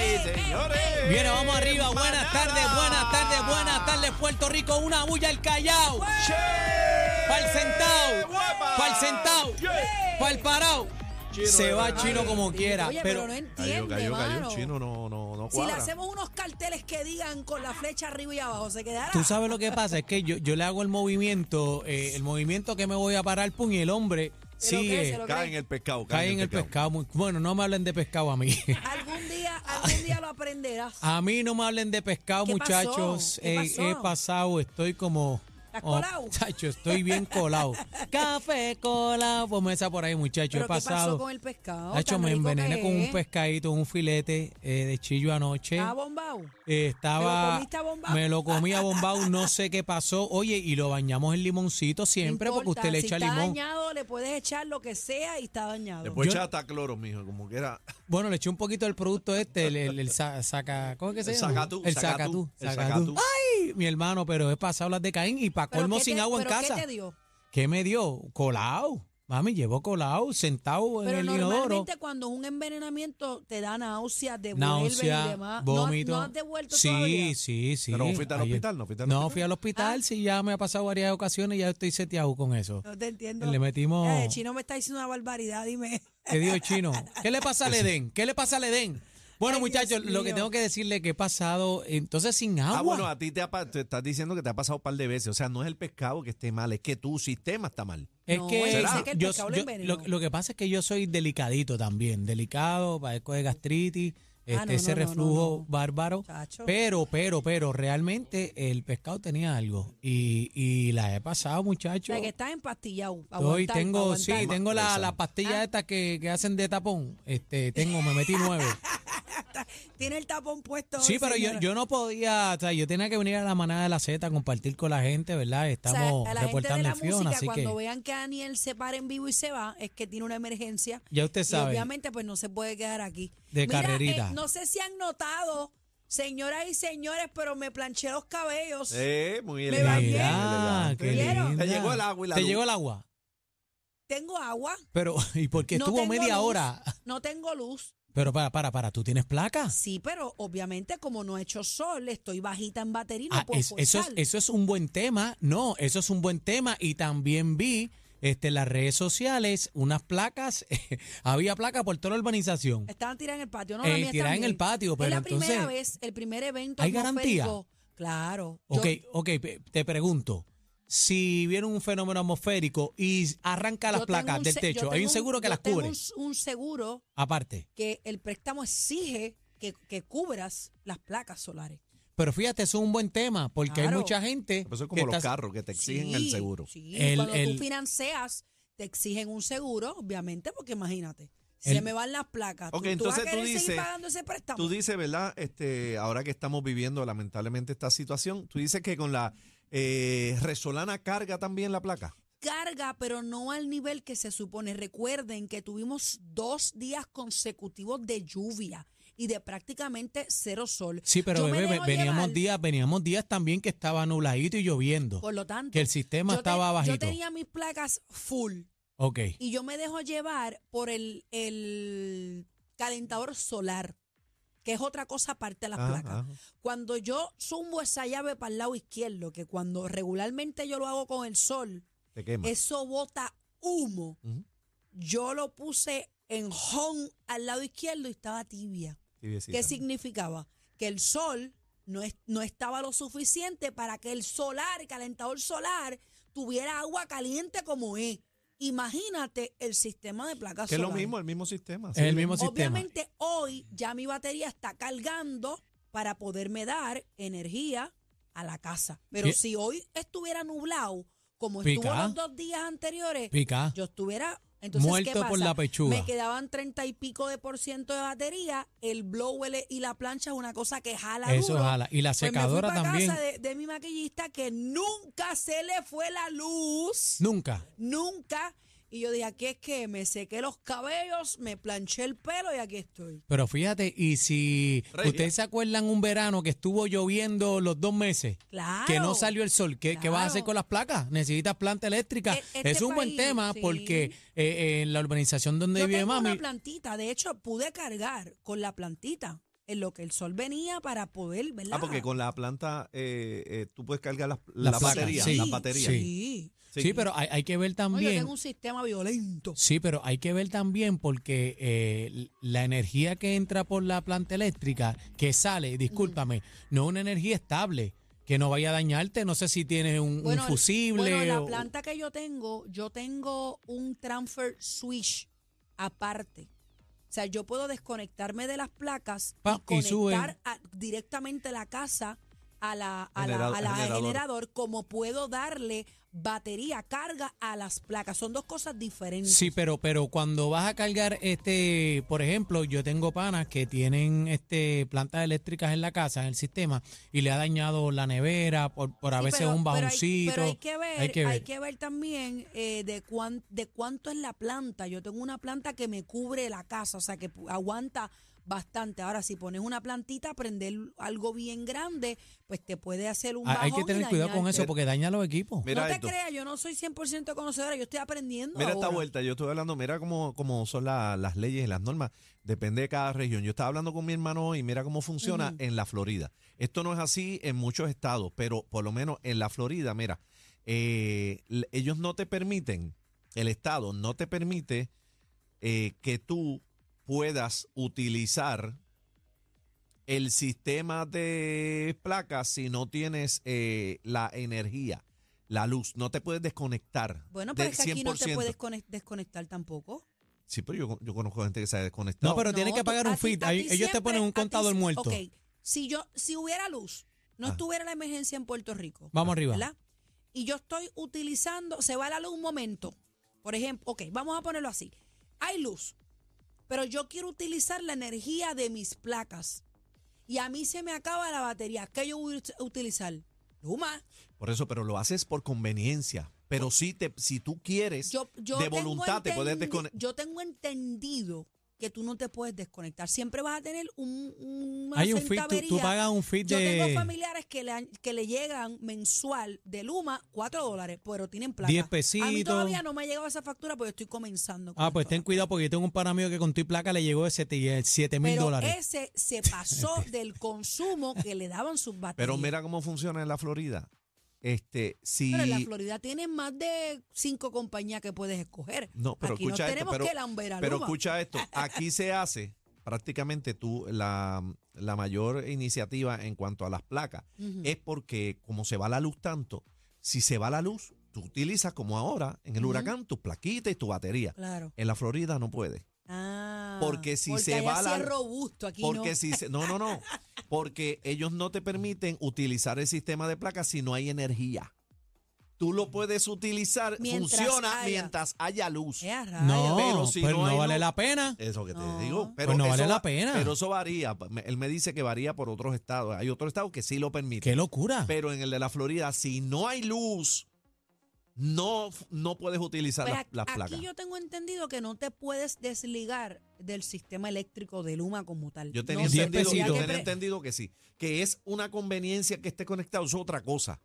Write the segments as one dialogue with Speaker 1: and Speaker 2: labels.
Speaker 1: señores.
Speaker 2: Viene, vamos arriba. Buenas tardes, buenas tardes, buenas tardes, Puerto Rico. Una bulla al Callao. Pa'l sentao.
Speaker 1: ¡Guapa!
Speaker 2: Pa'l sentao.
Speaker 1: Yeah.
Speaker 2: Pa'l parao.
Speaker 1: Chino
Speaker 2: Se
Speaker 1: de
Speaker 2: va
Speaker 1: verdad.
Speaker 2: chino como quiera.
Speaker 3: Oye,
Speaker 2: Pero
Speaker 3: pero, no
Speaker 1: Cayó,
Speaker 3: entiende,
Speaker 1: cayó, cayó.
Speaker 3: mano.
Speaker 1: Chino no, no, no
Speaker 3: Si le
Speaker 1: cuadra.
Speaker 3: hacemos unos carteles que digan con la flecha arriba y abajo, se quedará.
Speaker 2: tú sabes lo que pasa. Es que yo, yo le hago el movimiento, eh, el movimiento que me voy a parar, pum, y el hombre
Speaker 3: crece,
Speaker 2: sigue.
Speaker 3: lo
Speaker 1: Cae en el pescado.
Speaker 2: Cae en el pescado. muy- Bueno, no me hablen de pescado a mí.
Speaker 3: Algún día, algún día lo aprenderás.
Speaker 2: A mí no me hablen de pescado,
Speaker 3: ¿Qué pasó?
Speaker 2: muchachos.
Speaker 3: ¿Qué
Speaker 2: Eh,
Speaker 3: pasó?
Speaker 2: He pasado, estoy como.
Speaker 3: ¿Estás
Speaker 2: oh,
Speaker 3: colado?
Speaker 2: muchacho, estoy bien colado. Café colado. Ponme esa por ahí, muchacho. He
Speaker 3: Pero ¿qué pasó
Speaker 2: pasado.
Speaker 3: con el pescado?
Speaker 2: Tacho,
Speaker 3: Tan
Speaker 2: me
Speaker 3: rico
Speaker 2: envenené
Speaker 3: que
Speaker 2: con
Speaker 3: es.
Speaker 2: un pescadito, un filete eh, de chillo anoche.
Speaker 3: ¿Estaba bombao?
Speaker 2: Eh, estaba.
Speaker 3: ¿Me lo comiste abombado?
Speaker 2: Me lo comí abombado, no sé qué pasó. Oye, y lo bañamos en limoncito siempre
Speaker 3: No
Speaker 2: porque
Speaker 3: importa,
Speaker 2: usted le
Speaker 3: si
Speaker 2: echa
Speaker 3: está
Speaker 2: limón.
Speaker 3: dañado, le puedes echar lo que sea y está dañado.
Speaker 1: Después
Speaker 2: Yo-
Speaker 1: echa hasta cloro, mijo, como que era.
Speaker 2: Bueno, le eché un poquito del producto este, el, el- el sa- saca. ¿Cómo es que se
Speaker 1: El
Speaker 2: llama?
Speaker 1: sacatú,
Speaker 2: El
Speaker 1: sacatú,
Speaker 2: sacatú.
Speaker 1: el
Speaker 2: sacatú.
Speaker 1: sacatú.
Speaker 2: ¡Ay! Mi hermano, pero he pasado las de Caín y pa'
Speaker 3: ¿Pero
Speaker 2: colmo
Speaker 3: qué
Speaker 2: sin
Speaker 3: te-
Speaker 2: agua en
Speaker 3: pero
Speaker 2: casa.
Speaker 3: ¿Qué te dio?
Speaker 2: ¿Qué me dio? Colao. Mami, llevó colao, sentado en
Speaker 3: Pero
Speaker 2: el
Speaker 3: normalmente
Speaker 2: inodoro.
Speaker 3: cuando es un envenenamiento te da náuseas, devuelven y
Speaker 2: Náusea,
Speaker 3: demás. ¿No has-
Speaker 2: vómito.
Speaker 3: ¿No, has devuelto
Speaker 2: sí,
Speaker 3: todavía? Ah.
Speaker 2: sí, sí.
Speaker 1: Pero vos fuiste al
Speaker 2: Ayer-
Speaker 1: hospital, no fuiste al
Speaker 2: No,
Speaker 1: hospital.
Speaker 2: fui al hospital, sí, ya me ha pasado varias ocasiones y ya estoy seteado con eso.
Speaker 3: No te entiendo.
Speaker 2: Le metimos-
Speaker 3: Eh, chino me está diciendo una barbaridad, dime.
Speaker 2: ¿Qué dijo Chino? ¿Qué le pasa al Edén? ¿Qué le pasa al Edén? Bueno,
Speaker 3: Ay,
Speaker 2: muchachos,
Speaker 3: Dios
Speaker 2: lo que
Speaker 3: mío.
Speaker 2: tengo que decirle que he pasado entonces sin agua.
Speaker 1: Ah, bueno, a ti te, ha pa- te estás diciendo que te ha pasado un par de veces. O sea, no es el pescado que esté mal, es que tu sistema está mal.
Speaker 2: Es
Speaker 3: No,
Speaker 2: que,
Speaker 3: él
Speaker 1: dice
Speaker 3: que el
Speaker 2: yo-
Speaker 3: pescado lo
Speaker 2: yo-
Speaker 3: envenenó.
Speaker 2: lo, lo que pasa es que yo soy delicadito también, delicado, padezco de gastritis, este,
Speaker 3: Ah, no,
Speaker 2: ese
Speaker 3: no, no, no,
Speaker 2: reflujo
Speaker 3: no.
Speaker 2: bárbaro.
Speaker 3: Chacho.
Speaker 2: Pero, pero, pero, realmente el pescado tenía algo y, y la he pasado,
Speaker 3: O
Speaker 2: muchacho.
Speaker 3: sea, que estás empastillado. pa'
Speaker 2: Hoy
Speaker 3: aguantar, pa'
Speaker 2: tengo, sí,
Speaker 3: aguantar. Ah.
Speaker 2: tengo la,
Speaker 1: Exacto.
Speaker 2: la pastilla esta que, que hacen de tapón. Este, tengo, me metí nueve.
Speaker 3: Tiene el tapón puesto.
Speaker 2: Sí,
Speaker 3: hoy,
Speaker 2: pero yo,
Speaker 3: señora.
Speaker 2: yo no podía, o sea, yo tenía que venir a la manada de la Z a compartir con la gente, ¿verdad?
Speaker 3: O sea,
Speaker 2: Estamos
Speaker 3: a la gente de
Speaker 2: reportando
Speaker 3: la
Speaker 2: el Fiona,
Speaker 3: música,
Speaker 2: así que
Speaker 3: cuando vean que Daniel se para en vivo y se va, es que tiene una emergencia.
Speaker 2: ya usted
Speaker 3: Y
Speaker 2: sabe.
Speaker 3: obviamente, pues no se puede quedar aquí.
Speaker 2: De
Speaker 3: Mira,
Speaker 2: carrerita.
Speaker 3: eh, no sé si han notado, señoras y señores, pero me planché los cabellos.
Speaker 1: Eh, muy
Speaker 3: Me bañé.
Speaker 1: elegante.
Speaker 2: Mira,
Speaker 1: muy
Speaker 2: qué
Speaker 1: elegante.
Speaker 3: ¿Vieron?
Speaker 2: linda.
Speaker 1: Te llegó el agua y la
Speaker 2: Te
Speaker 1: luz.
Speaker 2: llegó el agua.
Speaker 3: Tengo agua.
Speaker 2: Pero, ¿y por qué
Speaker 3: no
Speaker 2: estuvo
Speaker 3: tengo
Speaker 2: media
Speaker 3: luz,
Speaker 2: hora?
Speaker 3: No tengo luz.
Speaker 2: Pero para, para, para, ¿tú tienes placa?
Speaker 3: Sí, pero obviamente, como no he hecho sol, estoy bajita en batería y no
Speaker 2: Ah,
Speaker 3: puedo
Speaker 2: es- eso, es,
Speaker 3: forzar.
Speaker 2: eso es un buen tema. No, eso es un buen tema. Y también vi este, en las redes sociales unas placas. había placas por toda la urbanización.
Speaker 3: Estaban tiradas en el patio, no
Speaker 2: Eh,
Speaker 3: la mía
Speaker 2: tiradas en
Speaker 3: también.
Speaker 2: el patio, pero
Speaker 3: es la
Speaker 2: entonces-
Speaker 3: primera vez, el primer evento.
Speaker 2: ¿Hay garantía?
Speaker 3: atmosférico. Claro. Yo-
Speaker 2: Ok, ok, pe- te pregunto. Si viene un fenómeno atmosférico y arranca las
Speaker 3: yo tengo
Speaker 2: placas
Speaker 3: un
Speaker 2: del
Speaker 3: se- yo
Speaker 2: techo,
Speaker 3: tengo
Speaker 2: hay un seguro que
Speaker 3: yo
Speaker 2: las
Speaker 3: tengo
Speaker 2: cubre.
Speaker 3: un s- Un, seguro
Speaker 2: Aparte.
Speaker 3: que el préstamo exige que, que cubras las placas solares.
Speaker 2: Pero fíjate, eso es un buen tema, porque hay
Speaker 3: Claro.
Speaker 2: mucha gente.
Speaker 1: Pero Eso es
Speaker 2: que
Speaker 1: como los
Speaker 2: está-
Speaker 1: carros que te exigen
Speaker 3: Sí,
Speaker 1: el seguro.
Speaker 3: Sí,
Speaker 2: El-
Speaker 3: cuando
Speaker 2: el-
Speaker 3: tú financias, te exigen un seguro, obviamente, porque imagínate,
Speaker 2: El-
Speaker 3: se me van las placas.
Speaker 1: Ok,
Speaker 3: tú, vas a
Speaker 1: entonces tú
Speaker 3: querer seguir
Speaker 1: dices-
Speaker 3: pagando ese préstamo.
Speaker 1: Tú dices, ¿verdad? Este, ahora que estamos viviendo lamentablemente esta situación, tú dices que con la eh, resolana carga también la placa.
Speaker 3: carga, pero no al nivel que se supone. Recuerden que tuvimos dos días consecutivos de lluvia y de prácticamente cero sol.
Speaker 2: Sí, pero
Speaker 3: Yo me
Speaker 2: bebé,
Speaker 3: dejo
Speaker 2: ve- veníamos
Speaker 3: llevar.
Speaker 2: días, veníamos días también que estaba nubladito y lloviendo.
Speaker 3: Por lo tanto,
Speaker 2: Que el sistema
Speaker 3: yo te-
Speaker 2: estaba
Speaker 3: Yo
Speaker 2: bajito.
Speaker 3: tenía mis placas full
Speaker 2: Ok.
Speaker 3: y yo me dejo llevar por el, el calentador solar, que es otra cosa aparte de las
Speaker 1: Ajá,
Speaker 3: placas.
Speaker 1: ajá.
Speaker 3: Cuando yo zumbo esa llave para el lado izquierdo, que cuando regularmente yo lo hago con el sol,
Speaker 1: Te quema.
Speaker 3: Eso bota humo.
Speaker 1: Ujú.
Speaker 3: Yo lo puse en home al lado izquierdo y estaba tibia.
Speaker 1: tibiecita.
Speaker 3: ¿Qué significaba? Que el sol no, es- no estaba lo suficiente para que el solar, el calentador solar, tuviera agua caliente como es. Imagínate el sistema de placas
Speaker 1: Que es lo
Speaker 3: solares.
Speaker 1: mismo, el mismo sistema.
Speaker 2: Es el mismo sistema.
Speaker 3: Obviamente hoy ya mi batería está cargando para poderme dar energía a la casa. Pero
Speaker 2: Fie-
Speaker 3: si hoy estuviera nublado, como
Speaker 2: Pica.
Speaker 3: estuvo los dos días anteriores,
Speaker 2: Pica.
Speaker 3: yo estuviera... Entonces,
Speaker 2: Muerto
Speaker 3: ¿qué pasa?
Speaker 2: por la pechuga.
Speaker 3: Me quedaban treinta y pico de por ciento de batería, el blower y la plancha es una cosa que jala
Speaker 2: Eso
Speaker 3: duro.
Speaker 2: jala. Y la
Speaker 3: Pues me fui
Speaker 2: secadora
Speaker 3: pa'
Speaker 2: también.
Speaker 3: casa de, de mi maquillista que nunca se le fue la luz.
Speaker 2: Nunca.
Speaker 3: Nunca. Y yo dije, aquí es que me sequé los cabellos, me planché el pelo y aquí estoy.
Speaker 2: Pero fíjate, y si
Speaker 1: Regia.
Speaker 2: ustedes se acuerdan un verano que estuvo lloviendo los dos meses,
Speaker 3: Claro.
Speaker 2: que no salió el sol, ¿qué, qué vas a hacer
Speaker 3: Claro.
Speaker 2: con las placas? ¿Necesitas planta eléctrica?
Speaker 3: E- este
Speaker 2: es un buen
Speaker 3: país,
Speaker 2: tema
Speaker 3: sí.
Speaker 2: porque eh, eh, en la urbanización donde
Speaker 3: Yo
Speaker 2: vive
Speaker 3: tengo
Speaker 2: mami,
Speaker 3: una plantita, de hecho pude cargar con la plantita. en lo que el sol venía para poder, ¿verdad?
Speaker 1: Ah, porque con la planta eh, eh, tú puedes cargar las,
Speaker 2: Las
Speaker 1: las
Speaker 2: placas,
Speaker 1: baterías.
Speaker 2: sí.
Speaker 1: las baterías.
Speaker 2: Sí.
Speaker 3: Sí.
Speaker 2: Sí, pero hay, hay que ver
Speaker 3: No, yo
Speaker 2: también.
Speaker 3: tengo un sistema violento.
Speaker 2: Sí, pero hay que ver también porque eh, la energía que entra por la planta eléctrica, que sale, discúlpame, no es una energía estable, que no vaya a dañarte, no sé si tienes un, un
Speaker 3: el-
Speaker 2: fusible.
Speaker 3: bueno, la
Speaker 2: o-
Speaker 3: planta que yo tengo, yo tengo un transfer switch aparte. O sea, yo puedo desconectarme de las placas
Speaker 2: Pa,
Speaker 3: y
Speaker 2: y sube.
Speaker 3: conectar a- directamente la casa a la, a la-
Speaker 1: Generado-
Speaker 3: a la
Speaker 1: generador.
Speaker 3: generador, como puedo darle batería, carga a las placas. Son dos cosas diferentes.
Speaker 2: Sí, pero, pero cuando vas a cargar, este, por ejemplo, yo tengo panas que tienen este plantas eléctricas en la casa, en el sistema, y le ha dañado la nevera por, por a
Speaker 3: Sí,
Speaker 2: veces
Speaker 3: pero-
Speaker 2: un
Speaker 3: pero hay-
Speaker 2: bajoncito.
Speaker 3: Pero hay, que ver,
Speaker 2: hay que ver.
Speaker 3: también eh, de, cuán- de cuánto es la planta. Yo tengo una planta que me cubre la casa, o sea, que pu- aguanta bastante. Ahora, si pones una plantita, prender algo bien grande, pues te puede hacer un
Speaker 2: Hay- Ah, hay
Speaker 3: bajón
Speaker 2: que
Speaker 3: y
Speaker 2: tener cuidado con
Speaker 3: dañarte.
Speaker 2: eso porque daña los equipos.
Speaker 1: Mira
Speaker 3: no te
Speaker 1: esto.
Speaker 3: creas, yo no soy 100% conocedora, yo estoy aprendiendo
Speaker 1: Mira
Speaker 3: ahora.
Speaker 1: esta vuelta, yo estoy hablando, mira cómo, cómo son la- las leyes y las normas, depende de cada región. Yo estaba hablando con mi hermano hoy, mira cómo funciona en la Florida. Esto no es así en muchos estados, pero por lo menos en la Florida, mira, eh, l- ellos no te permiten, el estado no te permite eh, que tú puedas utilizar el sistema de placas si no tienes eh, la energía. La luz, no te puedes desconectar.
Speaker 3: Bueno, pero
Speaker 1: del
Speaker 3: es que aquí no te
Speaker 1: 100%.
Speaker 3: puedes conec- desconectar tampoco.
Speaker 1: Sí, pero yo, yo conozco gente que se ha desconectado.
Speaker 2: No, pero tienes que
Speaker 3: tú-
Speaker 2: pagar
Speaker 3: a
Speaker 2: un
Speaker 3: ti-
Speaker 2: fit.
Speaker 3: a
Speaker 2: Ahí-
Speaker 3: ti
Speaker 2: ellos te
Speaker 3: siempre-
Speaker 2: ponen
Speaker 3: a
Speaker 2: un
Speaker 3: ti
Speaker 2: contador
Speaker 3: si-
Speaker 2: muerto.
Speaker 3: Ok, si, yo, si hubiera luz, no
Speaker 1: Ajá.
Speaker 3: estuviera la emergencia en Puerto Rico.
Speaker 2: Vamos arriba.
Speaker 3: ¿verdad? Y yo estoy utilizando, se va la luz un momento. Por ejemplo, ok, vamos a ponerlo así. Hay luz, pero yo quiero utilizar la energía de mis placas. Y a mí se me acaba la batería. ¿Qué yo voy a utilizar? Luma.
Speaker 1: Por eso, pero lo haces por conveniencia. Pero si, te, si tú quieres,
Speaker 3: Yo, yo
Speaker 1: de
Speaker 3: tengo
Speaker 1: voluntad te puedes
Speaker 3: entendi-
Speaker 1: desconectar.
Speaker 3: Yo tengo entendido que tú no te puedes desconectar. Siempre vas a tener un, una
Speaker 2: Hay un fit, tú, tú
Speaker 3: centavería.
Speaker 2: pagas un fit
Speaker 3: Yo tengo
Speaker 2: de
Speaker 3: familiares que le, han- que le llegan mensual de Luma 4 dólares, pero tienen placa.
Speaker 2: 10
Speaker 3: A mí
Speaker 2: pesitos.
Speaker 3: todavía no me ha llegado esa factura porque estoy comenzando. con
Speaker 2: Ah, pues
Speaker 3: esto.
Speaker 2: ten cuidado porque yo tengo un pana mío que con tu placa le llegó de 7 mil
Speaker 3: Pero
Speaker 2: dólares.
Speaker 3: ese se pasó del consumo que le daban sus baterías.
Speaker 1: Pero mira cómo funciona en la Florida. Este, si.
Speaker 3: Pero en la Florida tienen más de cinco compañías que puedes escoger.
Speaker 1: No, pero
Speaker 3: Aquí
Speaker 1: escucha
Speaker 3: no
Speaker 1: esto,
Speaker 3: tenemos
Speaker 1: pero-
Speaker 3: que lamber a
Speaker 1: pero
Speaker 3: Luma.
Speaker 1: escucha esto. Aquí se hace prácticamente tú la, la mayor iniciativa en cuanto a las placas.
Speaker 3: Ujú.
Speaker 1: Es porque, como se va la luz tanto, si se va la luz, tú utilizas como ahora en el
Speaker 3: Ujú.
Speaker 1: huracán tus plaquitas y tu batería.
Speaker 3: Claro.
Speaker 1: En la Florida no puedes.
Speaker 3: Ah,
Speaker 1: Porque si se
Speaker 3: allá
Speaker 1: va
Speaker 3: sí
Speaker 1: la-
Speaker 3: es robusto, aquí
Speaker 1: Porque
Speaker 3: no.
Speaker 1: si se- no, no, no. Porque ellos no te permiten utilizar el sistema de placas si no hay energía. Tú lo puedes utilizar,
Speaker 3: Mientras
Speaker 1: funciona
Speaker 3: haya.
Speaker 1: mientras haya luz.
Speaker 3: Eh, a rayos.
Speaker 2: No,
Speaker 1: pero
Speaker 2: pero,
Speaker 1: si no
Speaker 2: no,
Speaker 1: hay
Speaker 2: vale
Speaker 1: luz-
Speaker 2: la pena.
Speaker 1: Eso que te
Speaker 3: No.
Speaker 1: digo. Pero
Speaker 2: Pues no
Speaker 1: eso
Speaker 2: vale la
Speaker 1: va-
Speaker 2: pena.
Speaker 1: Pero eso varía. Me- Él me dice que varía por otros estados. Hay otros estados que sí lo permiten.
Speaker 2: Qué locura.
Speaker 1: Pero en el de la Florida, si no hay luz, no, no puedes utilizar
Speaker 3: Pues
Speaker 1: las,
Speaker 3: ac-
Speaker 1: las
Speaker 3: aquí
Speaker 1: placas.
Speaker 3: yo tengo entendido que no te puedes desligar del sistema eléctrico de Luma como tal.
Speaker 1: Yo tenía,
Speaker 3: No sé,
Speaker 1: entendido, yo
Speaker 2: Diez pesitos.
Speaker 1: tenía
Speaker 3: pues, pre-
Speaker 1: entendido que sí. Que es una conveniencia que esté conectado, eso es otra cosa.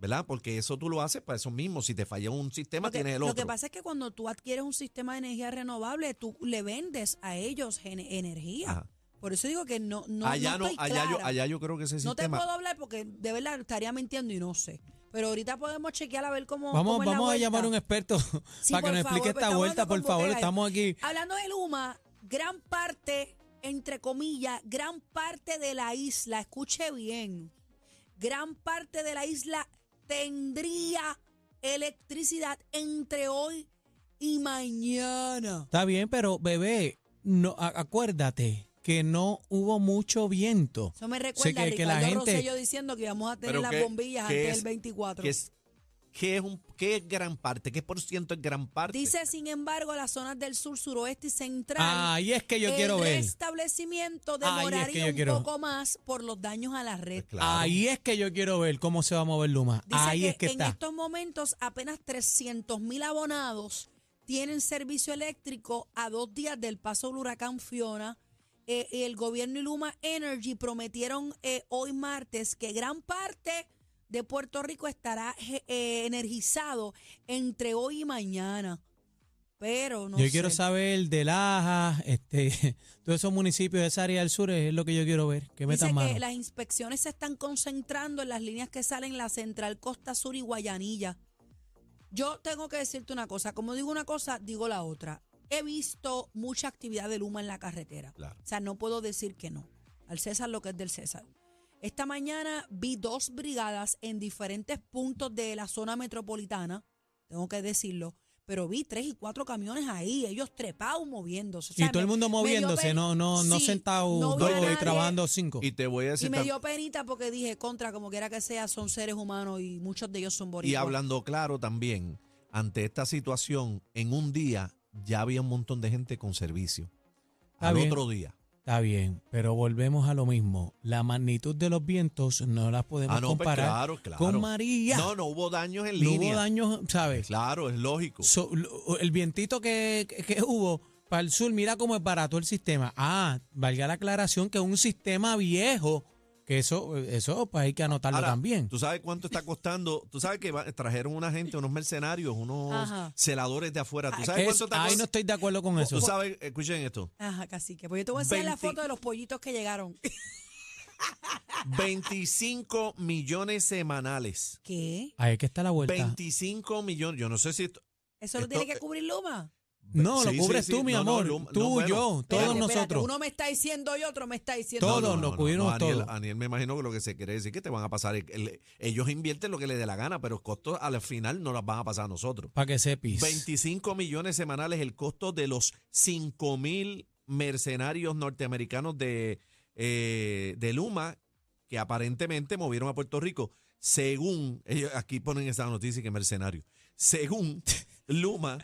Speaker 1: ¿Verdad? Porque eso tú lo haces para eso mismo. Si te falla un sistema,
Speaker 3: lo que,
Speaker 1: tienes el
Speaker 3: lo
Speaker 1: otro.
Speaker 3: que pasa es que cuando tú adquieres un sistema de energía renovable, tú le vendes a ellos gen- energía.
Speaker 1: Ajá.
Speaker 3: Por eso digo que no, no,
Speaker 1: allá
Speaker 3: no
Speaker 1: no,
Speaker 3: estoy
Speaker 1: allá yo,
Speaker 3: clara.
Speaker 1: allá yo creo que ese
Speaker 3: no te
Speaker 1: sistema.
Speaker 3: puedo hablar porque de verdad estaría mintiendo y no sé. Pero ahorita podemos chequear a ver cómo.
Speaker 2: Vamos,
Speaker 3: cómo es la
Speaker 2: vamos a llamar a un
Speaker 3: vuelta.
Speaker 2: experto
Speaker 3: Sí,
Speaker 2: para que
Speaker 3: por
Speaker 2: nos explique
Speaker 3: favor, pues,
Speaker 2: esta vuelta,
Speaker 3: estamos hablando
Speaker 2: por
Speaker 3: con
Speaker 2: favor.
Speaker 3: Botega.
Speaker 2: Estamos aquí.
Speaker 3: Hablando de Luma, gran parte, entre comillas, gran parte de la isla, escuche bien, gran parte de la isla tendría electricidad entre hoy y mañana.
Speaker 2: Está bien, pero bebé, no, a- acuérdate que no hubo mucho viento.
Speaker 3: Eso me
Speaker 2: Sí,
Speaker 3: recuerda
Speaker 2: que-
Speaker 3: a
Speaker 2: que la
Speaker 3: Ricardo
Speaker 2: gente-
Speaker 3: Rosselló diciendo que íbamos a tener
Speaker 1: Pero
Speaker 3: las
Speaker 1: que-
Speaker 3: bombillas
Speaker 1: que
Speaker 3: antes
Speaker 1: es-
Speaker 3: del 24.
Speaker 1: Que es, que es un, que es gran parte, que por ciento es gran parte.
Speaker 3: Dice, sin embargo, las zonas del sur, suroeste y central.
Speaker 2: Ahí es que yo quiero
Speaker 3: el
Speaker 2: ver.
Speaker 3: restablecimiento
Speaker 2: Ay, es que
Speaker 3: demoraría
Speaker 2: yo
Speaker 3: un
Speaker 2: quiero-
Speaker 3: poco más por los daños a la red.
Speaker 1: Pues claro.
Speaker 2: Ahí es que yo quiero ver cómo se va a mover Luma.
Speaker 3: Dice
Speaker 2: Ahí es que
Speaker 3: en
Speaker 2: está.
Speaker 3: estos momentos apenas 300 mil abonados tienen servicio eléctrico a dos días del paso del huracán Fiona. Eh, el gobierno y Luma Energy prometieron eh, hoy martes que gran parte de eh, Puerto Rico estará je- eh, energizado entre hoy y mañana. pero no
Speaker 2: yo
Speaker 3: sé.
Speaker 2: quiero saber de Laja, este, todos esos municipios de esa área del sur es lo que yo quiero ver, que
Speaker 3: Dice
Speaker 2: metan mano.
Speaker 3: que las inspecciones se están concentrando en las líneas que salen la Central Costa Sur y Guayanilla. Yo tengo que decirte una cosa, como digo una cosa, digo la otra. He visto mucha actividad de Luma en la carretera.
Speaker 1: Claro.
Speaker 3: O sea, no puedo decir que no. Al César lo que es del César. Esta mañana vi dos brigadas en diferentes puntos de la zona metropolitana, tengo que decirlo, pero vi tres y cuatro camiones ahí, ellos trepados moviéndose. O sea,
Speaker 2: y todo el
Speaker 3: me-
Speaker 2: mundo
Speaker 3: me dio
Speaker 2: moviéndose,
Speaker 3: pena.
Speaker 2: no, no, no
Speaker 3: Sí,
Speaker 2: sentado
Speaker 3: no vi
Speaker 2: dos
Speaker 3: a nadie.
Speaker 2: y trabajando cinco.
Speaker 1: Y te voy a
Speaker 3: Y
Speaker 1: decir
Speaker 3: me
Speaker 1: tam-
Speaker 3: dio penita porque dije, contra, como quiera que sea, son seres humanos y muchos de ellos son boricuas.
Speaker 1: Y hablando claro también, ante esta situación, en un día ya había un montón de gente con servicio.
Speaker 2: Está
Speaker 1: Al
Speaker 2: bien.
Speaker 1: otro día.
Speaker 2: Está bien, pero volvemos a lo mismo. La magnitud de los vientos no las podemos
Speaker 1: Ah, no, pues
Speaker 2: comparar
Speaker 1: claro, claro.
Speaker 2: con María.
Speaker 1: No, no hubo daños en
Speaker 2: No
Speaker 1: línea.
Speaker 2: hubo daños, ¿sabes?
Speaker 1: Claro, es lógico.
Speaker 2: So- lo- el vientito que, que- que hubo para el sur, mira cómo es barato el sistema. Ah, valga la aclaración que es un sistema viejo, que eso, eso pues hay que anotarlo
Speaker 1: Ahora,
Speaker 2: también.
Speaker 1: ¿Tú sabes cuánto está costando? ¿Tú sabes que va- trajeron una gente, unos mercenarios, unos
Speaker 3: Ajá.
Speaker 1: celadores de afuera? ¿Tú
Speaker 3: Ay,
Speaker 1: sabes
Speaker 2: Es-
Speaker 1: cuánto está
Speaker 2: Ah, ahí no
Speaker 1: costando?
Speaker 2: estoy de acuerdo con eso.
Speaker 1: ¿Tú sabes? Escuchen esto.
Speaker 3: Ajá, cacique. Pues yo te voy a enseñar la
Speaker 1: 20.
Speaker 3: foto de los pollitos que llegaron.
Speaker 1: 25 millones semanales.
Speaker 3: ¿Qué?
Speaker 2: Ahí es que está la vuelta.
Speaker 1: 25 millones. Yo no sé si... esto-
Speaker 3: ¿Eso lo
Speaker 1: Esto-
Speaker 3: tiene
Speaker 2: eh,
Speaker 3: que cubrir Luma?
Speaker 2: No, lo
Speaker 1: Sí, sí,
Speaker 2: cubres
Speaker 1: sí.
Speaker 2: tú, mi
Speaker 1: No, no,
Speaker 2: amor.
Speaker 1: Lum- no,
Speaker 2: tú,
Speaker 1: bueno.
Speaker 2: yo, todos
Speaker 3: Espérate, espérate,
Speaker 2: nosotros.
Speaker 3: Uno me está diciendo y otro me está diciendo.
Speaker 2: Todo. Todos, lo cubrimos
Speaker 1: Aniel,
Speaker 2: todo.
Speaker 1: Aniel, me imagino que lo que se quiere decir que te van a pasar. el- el- ellos invierten lo que les dé la gana, pero el costo al final no las van a pasar a nosotros.
Speaker 2: Para que sepis.
Speaker 1: 25 millones semanales el costo de los 5 mil mercenarios norteamericanos de, eh, de Luma que aparentemente movieron a Puerto Rico. Según, ellos aquí ponen esa noticia que mercenario. Según Luma,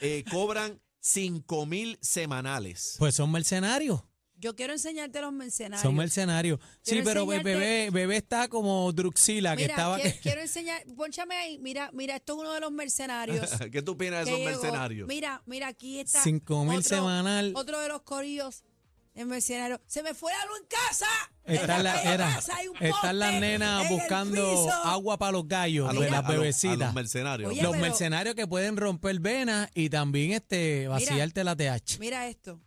Speaker 1: eh, cobran 5 mil semanales.
Speaker 2: Pues son mercenarios.
Speaker 3: Yo quiero enseñarte los mercenarios.
Speaker 2: Son mercenarios. Sí,
Speaker 3: Quiero
Speaker 2: pero
Speaker 3: enseñarte-
Speaker 2: bebé, bebé está como Druxila, que
Speaker 3: Mira,
Speaker 2: estaba.
Speaker 3: quiero,
Speaker 2: que-
Speaker 3: quiero enseñar, ponchame ahí, mira, mira, esto es uno de los mercenarios.
Speaker 1: ¿Qué tú opinas de
Speaker 3: que
Speaker 1: esos
Speaker 3: llegó.
Speaker 1: mercenarios?
Speaker 3: Mira, mira, aquí está.
Speaker 2: Cinco mil
Speaker 3: otro-
Speaker 2: semanal.
Speaker 3: Otro de los corillos de mercenarios. ¡Se me fue la luz en casa!
Speaker 2: Están
Speaker 3: en
Speaker 2: la,
Speaker 3: fea
Speaker 2: era-
Speaker 3: casa hay un
Speaker 2: están las
Speaker 3: poste en
Speaker 2: nenas
Speaker 3: el
Speaker 2: buscando
Speaker 3: piso.
Speaker 2: agua para los gallos
Speaker 1: A
Speaker 2: de
Speaker 1: los-
Speaker 2: las
Speaker 1: a los- A los
Speaker 2: bebecitas. Los,
Speaker 1: mercenarios.
Speaker 3: Oye, pero-
Speaker 2: mercenarios que pueden romper venas y también este vaciarte la TH.
Speaker 3: Mira esto.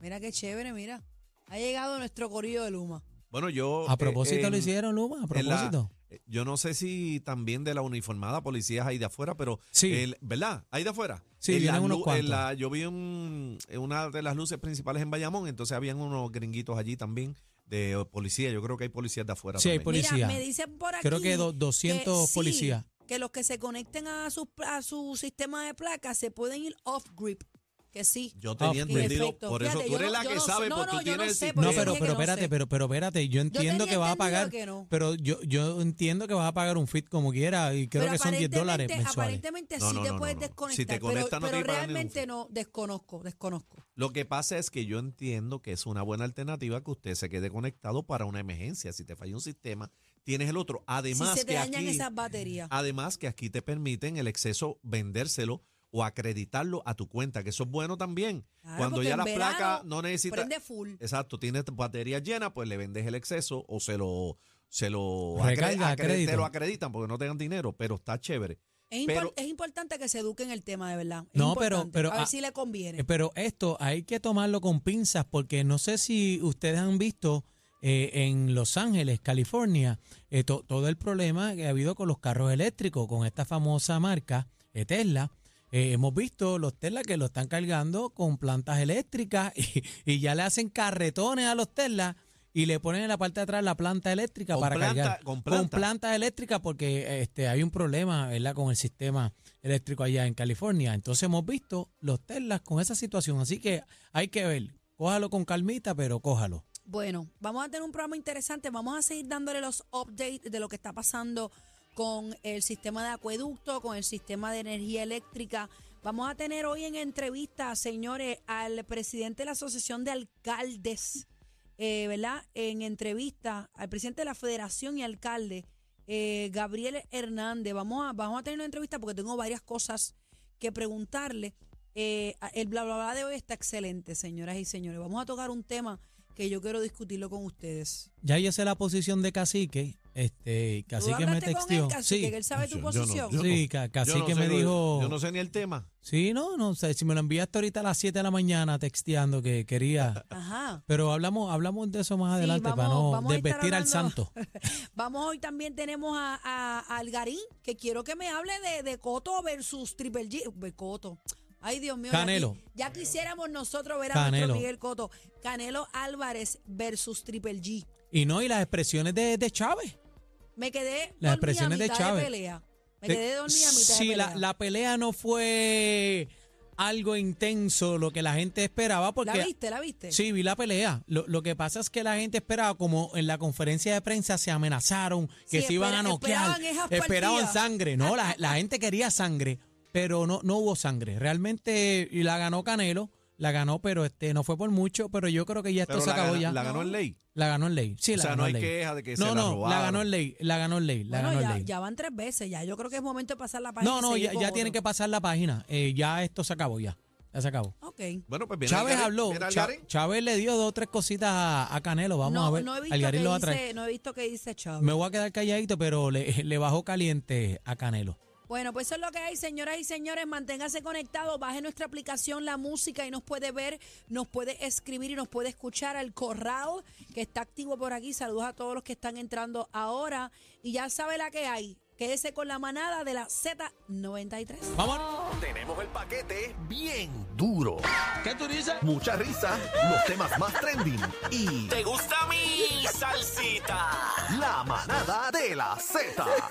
Speaker 3: Mira qué chévere, mira. Ha llegado nuestro corillo de Luma.
Speaker 1: Bueno, yo.
Speaker 2: A propósito
Speaker 1: eh,
Speaker 2: lo
Speaker 1: en-
Speaker 2: hicieron, Luma, a
Speaker 1: en la-
Speaker 2: propósito.
Speaker 1: eh, yo no sé si también de la uniformada policías ahí de afuera, pero.
Speaker 2: Sí.
Speaker 1: el- ¿Verdad? Ahí de afuera.
Speaker 2: Sí,
Speaker 1: En la
Speaker 2: vienen unos
Speaker 1: lu-
Speaker 2: cuantos.
Speaker 1: en la- yo vi un- en una de las luces principales en Bayamón, entonces habían unos gringuitos allí también de eh, policía. Yo creo que hay policías de afuera.
Speaker 2: Sí, hay
Speaker 1: también.
Speaker 2: poli- Policía.
Speaker 3: Mira, me dicen por aquí.
Speaker 2: Creo que do- 200
Speaker 3: sí,
Speaker 2: policías.
Speaker 3: Que los que se conecten a su, a su sistema de placas se pueden ir off grip. Que sí.
Speaker 1: Yo tenía
Speaker 2: Ah,
Speaker 1: entendido.
Speaker 3: perfecto.
Speaker 1: Por eso
Speaker 3: Fíjate,
Speaker 1: tú
Speaker 3: yo
Speaker 1: eres
Speaker 3: no-
Speaker 1: la
Speaker 3: yo
Speaker 1: que
Speaker 3: no sé-
Speaker 1: sabe,
Speaker 3: no,
Speaker 1: porque
Speaker 3: no,
Speaker 1: tú
Speaker 3: yo no
Speaker 1: tienes el
Speaker 3: sé,
Speaker 1: sistema.
Speaker 2: No,
Speaker 3: porque
Speaker 2: pero,
Speaker 3: dije que
Speaker 2: pero
Speaker 3: no
Speaker 2: espérate,
Speaker 3: sé.
Speaker 2: pero, pero espérate, yo entiendo que
Speaker 3: tenía
Speaker 2: vas a
Speaker 3: entendido
Speaker 2: pagar,
Speaker 3: que no.
Speaker 2: pero yo, yo entiendo que vas a pagar un fit como quiera y creo
Speaker 3: Pero
Speaker 2: que son 10 dólares
Speaker 3: aparentemente-
Speaker 2: mensuales.
Speaker 3: Aparentemente
Speaker 1: No,
Speaker 3: sí
Speaker 1: no,
Speaker 3: te
Speaker 1: no, no,
Speaker 3: puedes
Speaker 1: no. Si te
Speaker 3: desconectar.
Speaker 1: conectas, no
Speaker 3: pero
Speaker 1: te
Speaker 3: pero
Speaker 1: pagan ningún
Speaker 3: realmente
Speaker 1: fee.
Speaker 3: no, desconozco, desconozco.
Speaker 1: Lo que pasa es que yo entiendo que es una buena alternativa que usted se quede conectado para una emergencia. Si te falla un sistema, tienes el otro. Además
Speaker 3: si se te
Speaker 1: que
Speaker 3: dañan
Speaker 1: aquí, ah,
Speaker 3: esas baterías.
Speaker 1: además que aquí te permiten el exceso vendérselo o acreditarlo a tu cuenta, que eso es bueno también.
Speaker 3: Claro,
Speaker 1: Cuando
Speaker 3: porque
Speaker 1: ya
Speaker 3: en
Speaker 1: la
Speaker 3: verano
Speaker 1: placa no necesita,
Speaker 3: Prende full.
Speaker 1: exacto, tienes batería llena, pues le vendes el exceso o se lo se lo acre-
Speaker 2: Recarga a
Speaker 1: acre-
Speaker 2: crédito.
Speaker 1: te lo acreditan porque no tengan dinero, pero está chévere.
Speaker 3: Es, impor-
Speaker 1: Pero-
Speaker 3: es importante que se eduquen el tema, de verdad. Es
Speaker 2: No, pero-
Speaker 3: importante.
Speaker 2: pero,
Speaker 3: a ver
Speaker 2: ah,
Speaker 3: si le conviene.
Speaker 2: Eh, Pero esto hay que tomarlo con pinzas porque no sé si ustedes han visto eh, en Los Ángeles, California, eh, to- todo el problema que ha habido con los carros eléctricos, con esta famosa marca eh, Tesla. Eh, hemos visto los Tesla que lo están cargando con plantas eléctricas y, y ya le hacen carretones a los Tesla y le ponen en la parte de atrás la planta eléctrica
Speaker 1: Con
Speaker 2: para
Speaker 1: planta-
Speaker 2: cargar.
Speaker 1: con planta.
Speaker 2: plantas eléctricas porque este, hay un problema ¿verdad? con el sistema eléctrico allá en California. Entonces hemos visto los Teslas con esa situación. Así que hay que ver. Cójalo con calmita, pero cójalo.
Speaker 3: Bueno, vamos a tener un programa interesante. Vamos a seguir dándole los updates de lo que está pasando con el sistema de acueducto, con el sistema de energía eléctrica. Vamos a tener hoy en entrevista, señores, al presidente de la Asociación de Alcaldes, eh, ¿verdad? En entrevista al presidente de la Federación y alcalde, eh, Gabriel Hernández. Vamos a, vamos a tener una entrevista porque tengo varias cosas que preguntarle. Eh, el bla bla bla de hoy está excelente, señoras y señores. Vamos a tocar un tema que yo quiero discutirlo con ustedes.
Speaker 2: Ya yo sé la posición de cacique Este,
Speaker 3: ¿Tú
Speaker 2: casi que me
Speaker 3: hablaste
Speaker 2: texteó.
Speaker 3: con él,
Speaker 2: sí,
Speaker 3: cacique, que él sabe
Speaker 1: Yo- yo
Speaker 3: tu
Speaker 1: no-
Speaker 3: posición?
Speaker 1: yo-
Speaker 2: sí, ca-
Speaker 1: Yo
Speaker 2: casi
Speaker 1: no
Speaker 2: que
Speaker 1: sé
Speaker 2: me
Speaker 1: lo-
Speaker 2: dijo.
Speaker 1: Yo no sé ni el tema.
Speaker 2: Sí, no, no sé. Si me lo enviaste ahorita a las 7 de la mañana texteando que quería.
Speaker 3: Ajá.
Speaker 2: Pero hablamos, hablamos de eso más
Speaker 3: Sí,
Speaker 2: adelante
Speaker 3: vamos-
Speaker 2: para no
Speaker 3: vamos a estar
Speaker 2: desvestir al
Speaker 3: hablando-
Speaker 2: santo.
Speaker 3: Vamos hoy también tenemos a, a- a Algarín, que quiero que me hable de, de Coto versus Triple G. de Coto. Ay, Dios mío. ya
Speaker 2: Canelo.
Speaker 3: qui- Ya, quisiéramos nosotros ver a
Speaker 2: Canelo.
Speaker 3: nuestro Miguel Coto. Canelo Álvarez versus Triple G.
Speaker 2: Y no, y las expresiones de, de Chávez.
Speaker 3: Me quedé
Speaker 2: Las
Speaker 3: dormida
Speaker 2: expresiones
Speaker 3: a
Speaker 2: de
Speaker 3: mitad
Speaker 2: Chávez.
Speaker 3: pelea. Me
Speaker 2: De-
Speaker 3: quedé dormida a mitad
Speaker 2: sí,
Speaker 3: de pelea.
Speaker 2: la, la pelea no fue algo intenso, lo que la gente esperaba, porque
Speaker 3: ¿La viste? ¿La viste?
Speaker 2: Sí, vi la pelea. Lo, lo que pasa es que la gente esperaba, como en la conferencia de prensa se amenazaron, que
Speaker 3: Sí,
Speaker 2: se iban a
Speaker 3: espera-
Speaker 2: noquear.
Speaker 3: esperaban esas
Speaker 2: Esperaban
Speaker 3: partidas.
Speaker 2: sangre. No, la, la gente quería sangre, pero no, no hubo sangre. Realmente, y la ganó Canelo, la ganó, pero este no fue por mucho, pero yo creo que ya esto
Speaker 1: Pero
Speaker 2: se
Speaker 1: la,
Speaker 2: acabó
Speaker 1: gana-
Speaker 2: ya.
Speaker 1: la
Speaker 2: La,
Speaker 1: ganó en ley.
Speaker 2: ganó en ley. Sí,
Speaker 1: o
Speaker 2: la
Speaker 1: sea,
Speaker 2: ganó
Speaker 1: no hay
Speaker 2: en ley.
Speaker 1: queja de que
Speaker 2: no,
Speaker 1: se la
Speaker 2: no,
Speaker 1: robaron.
Speaker 2: la ganó en ley, la ganó en ley, la
Speaker 3: Bueno,
Speaker 2: ganó en
Speaker 3: ya,
Speaker 2: ley.
Speaker 3: ya van tres veces. Ya yo creo que es momento de pasar la página.
Speaker 2: no,
Speaker 3: y
Speaker 2: no,
Speaker 3: seguir
Speaker 2: ya,
Speaker 3: con
Speaker 2: ya
Speaker 3: otro.
Speaker 2: tienen que pasar la página. Eh, ya esto se acabó ya. Ya se acabó.
Speaker 3: Ok.
Speaker 1: Bueno, pues viene
Speaker 2: Chávez
Speaker 1: Algarín,
Speaker 2: habló.
Speaker 1: viene
Speaker 2: Cha-
Speaker 1: Algarín.
Speaker 2: Chávez le dio dos o tres cositas a, a Canelo. Vamos
Speaker 3: no,
Speaker 2: a ver.
Speaker 3: No he, visto
Speaker 2: Algarín
Speaker 3: que
Speaker 2: lo va a traer.
Speaker 3: dice, no he visto que dice Chávez.
Speaker 2: Me voy a quedar calladito, pero le, le bajó caliente a Canelo.
Speaker 3: Bueno, pues eso es lo que hay, señoras y señores. Manténgase conectados, baje nuestra aplicación La Música y nos puede ver, nos puede escribir y nos puede escuchar al corral que está activo por aquí. Saludos a todos los que están entrando ahora. Y ya sabe la que hay. Quédese con la manada de la Z93.
Speaker 2: Vamos.
Speaker 4: Tenemos el paquete bien duro. ¿Qué tú dices? Mucha risa, los temas más trending y
Speaker 5: ¿Te gusta mi salsita?
Speaker 4: la manada de la Z.